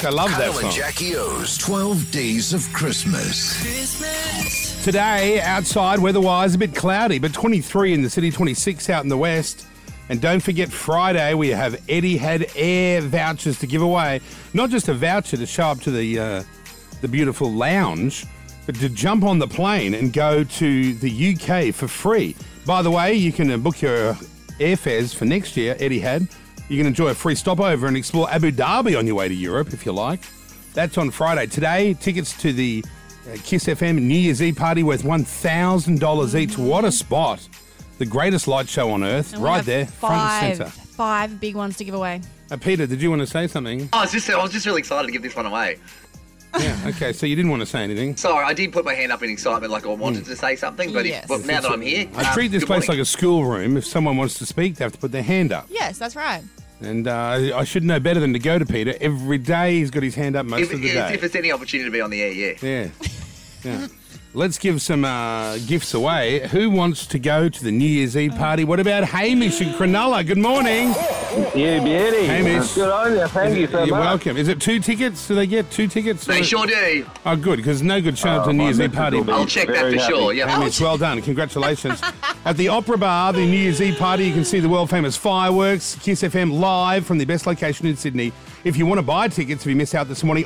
I love that Kyle and song. Jackie O's 12 Days of Christmas. Today, outside weather wise, a bit cloudy, but 23 in the city, 26 out in the west. And don't forget, Friday we have Eddie had air vouchers to give away. Not just a voucher to show up to the, uh, the beautiful lounge, but to jump on the plane and go to the UK for free. By the way, you can uh, book your airfares for next year, Eddie had. You can enjoy a free stopover and explore Abu Dhabi on your way to Europe if you like. That's on Friday. Today, tickets to the uh, Kiss FM New Year's Eve party worth $1,000 each. What a spot. The greatest light show on earth, And we right have there, five, front and centre. Five big ones to give away. Uh, Peter, did you want to say something? I was just, I was just really excited to give this one away. Yeah, okay, so you didn't want to say anything. Sorry, I did put my hand up in excitement, like I wanted to say something, but, if- Yes. but now that I'm here, um, I treat this place like a schoolroom. If someone wants to speak, they have to put their hand up. Yes, that's right. And uh, I should know better than to go to Peter. Every day he's got his hand up most If, of the if, day. if it's any opportunity to be on the air, yeah. Yeah. Yeah. Let's give some uh, gifts away. Who wants to go to the New Year's Eve party? What about Hamish and Cronulla? Good morning. You beauty. Hamish. Good on you. Thank you so You're much. welcome. Is it two tickets? Do they get two tickets? They sure do. Oh, good, because no good showing up to the Oh, New my Year's Eve missus party. will be I'll check that very for happy. sure. Yeah. Hamish, well done. Congratulations. At the Opera Bar, the New Year's Eve party, you can see the world famous fireworks, Kiss FM live from the best location in Sydney. If you want to buy tickets, if you miss out this morning,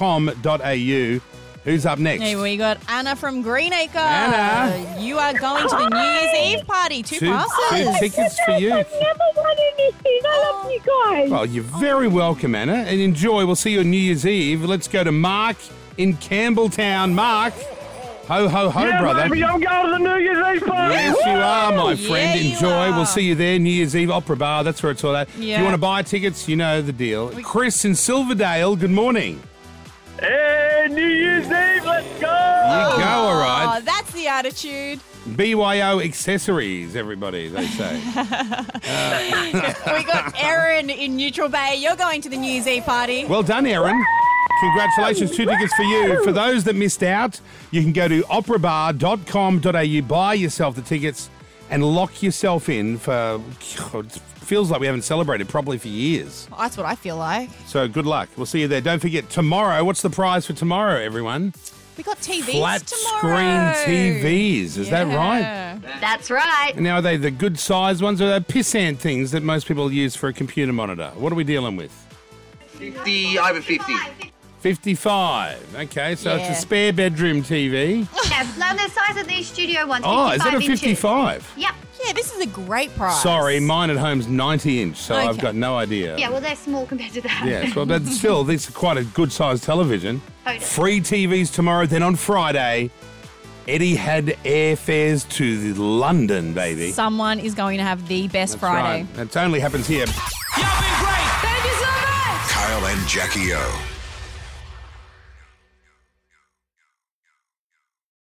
operabar.com.au. Who's up next? Hey, we got Anna from Greenacre. Anna. You are going to the New Year's Eve party. Two, passes. two tickets for you. I've never won anything. I love you guys. Well, you're very welcome, Anna, and enjoy. We'll see you on New Year's Eve. Let's go to Mark in Campbelltown. Mark, ho ho ho, Yeah, brother. baby, I'm going to the New Year's Eve party. Yes, you are, my Yeah, friend. you Enjoy. are. We'll see you there, New Year's Eve Opera Bar. That's where it's all at. If Yeah. you want to buy tickets, you know the deal. Chris in Silverdale, good morning. Hey, New Year's Eve, let's You go, go. all Oh, right. that's the attitude. BYO accessories, everybody, they say. We got Erin in Neutral Bay. You're going to the New Year's Eve party. Well done, Erin. Congratulations, two tickets for you. For those that missed out, you can go to operabar.com.au, buy yourself the tickets, and lock yourself in for. It feels like we haven't celebrated properly for years. That's what I feel like. So good luck. We'll see you there. Don't forget, tomorrow, what's the prize for tomorrow, everyone? We got TVs Flat tomorrow. screen TVs. Is that right? Yeah. That's right. Now, are they the good size ones or are they pissant things that most people use for a computer monitor? What are we dealing with? 50 over 50. 55. Okay, so Yeah. it's a spare bedroom TV. Yes, no, the size of these studio ones. Oh, is that a 55 inches. 55? Yep. Yeah, this is a great prize. Sorry, mine at home's 90 inch, so I've Okay. got no idea. Yeah, well, they're small compared to that. Yes, well, but still, this is quite a good sized television. Oh, yeah. Free TVs tomorrow, then on Friday, Eddie had airfares to the London, baby. Someone is going to have the best That's Friday. Right. It only happens here. Kyle and Jackie O.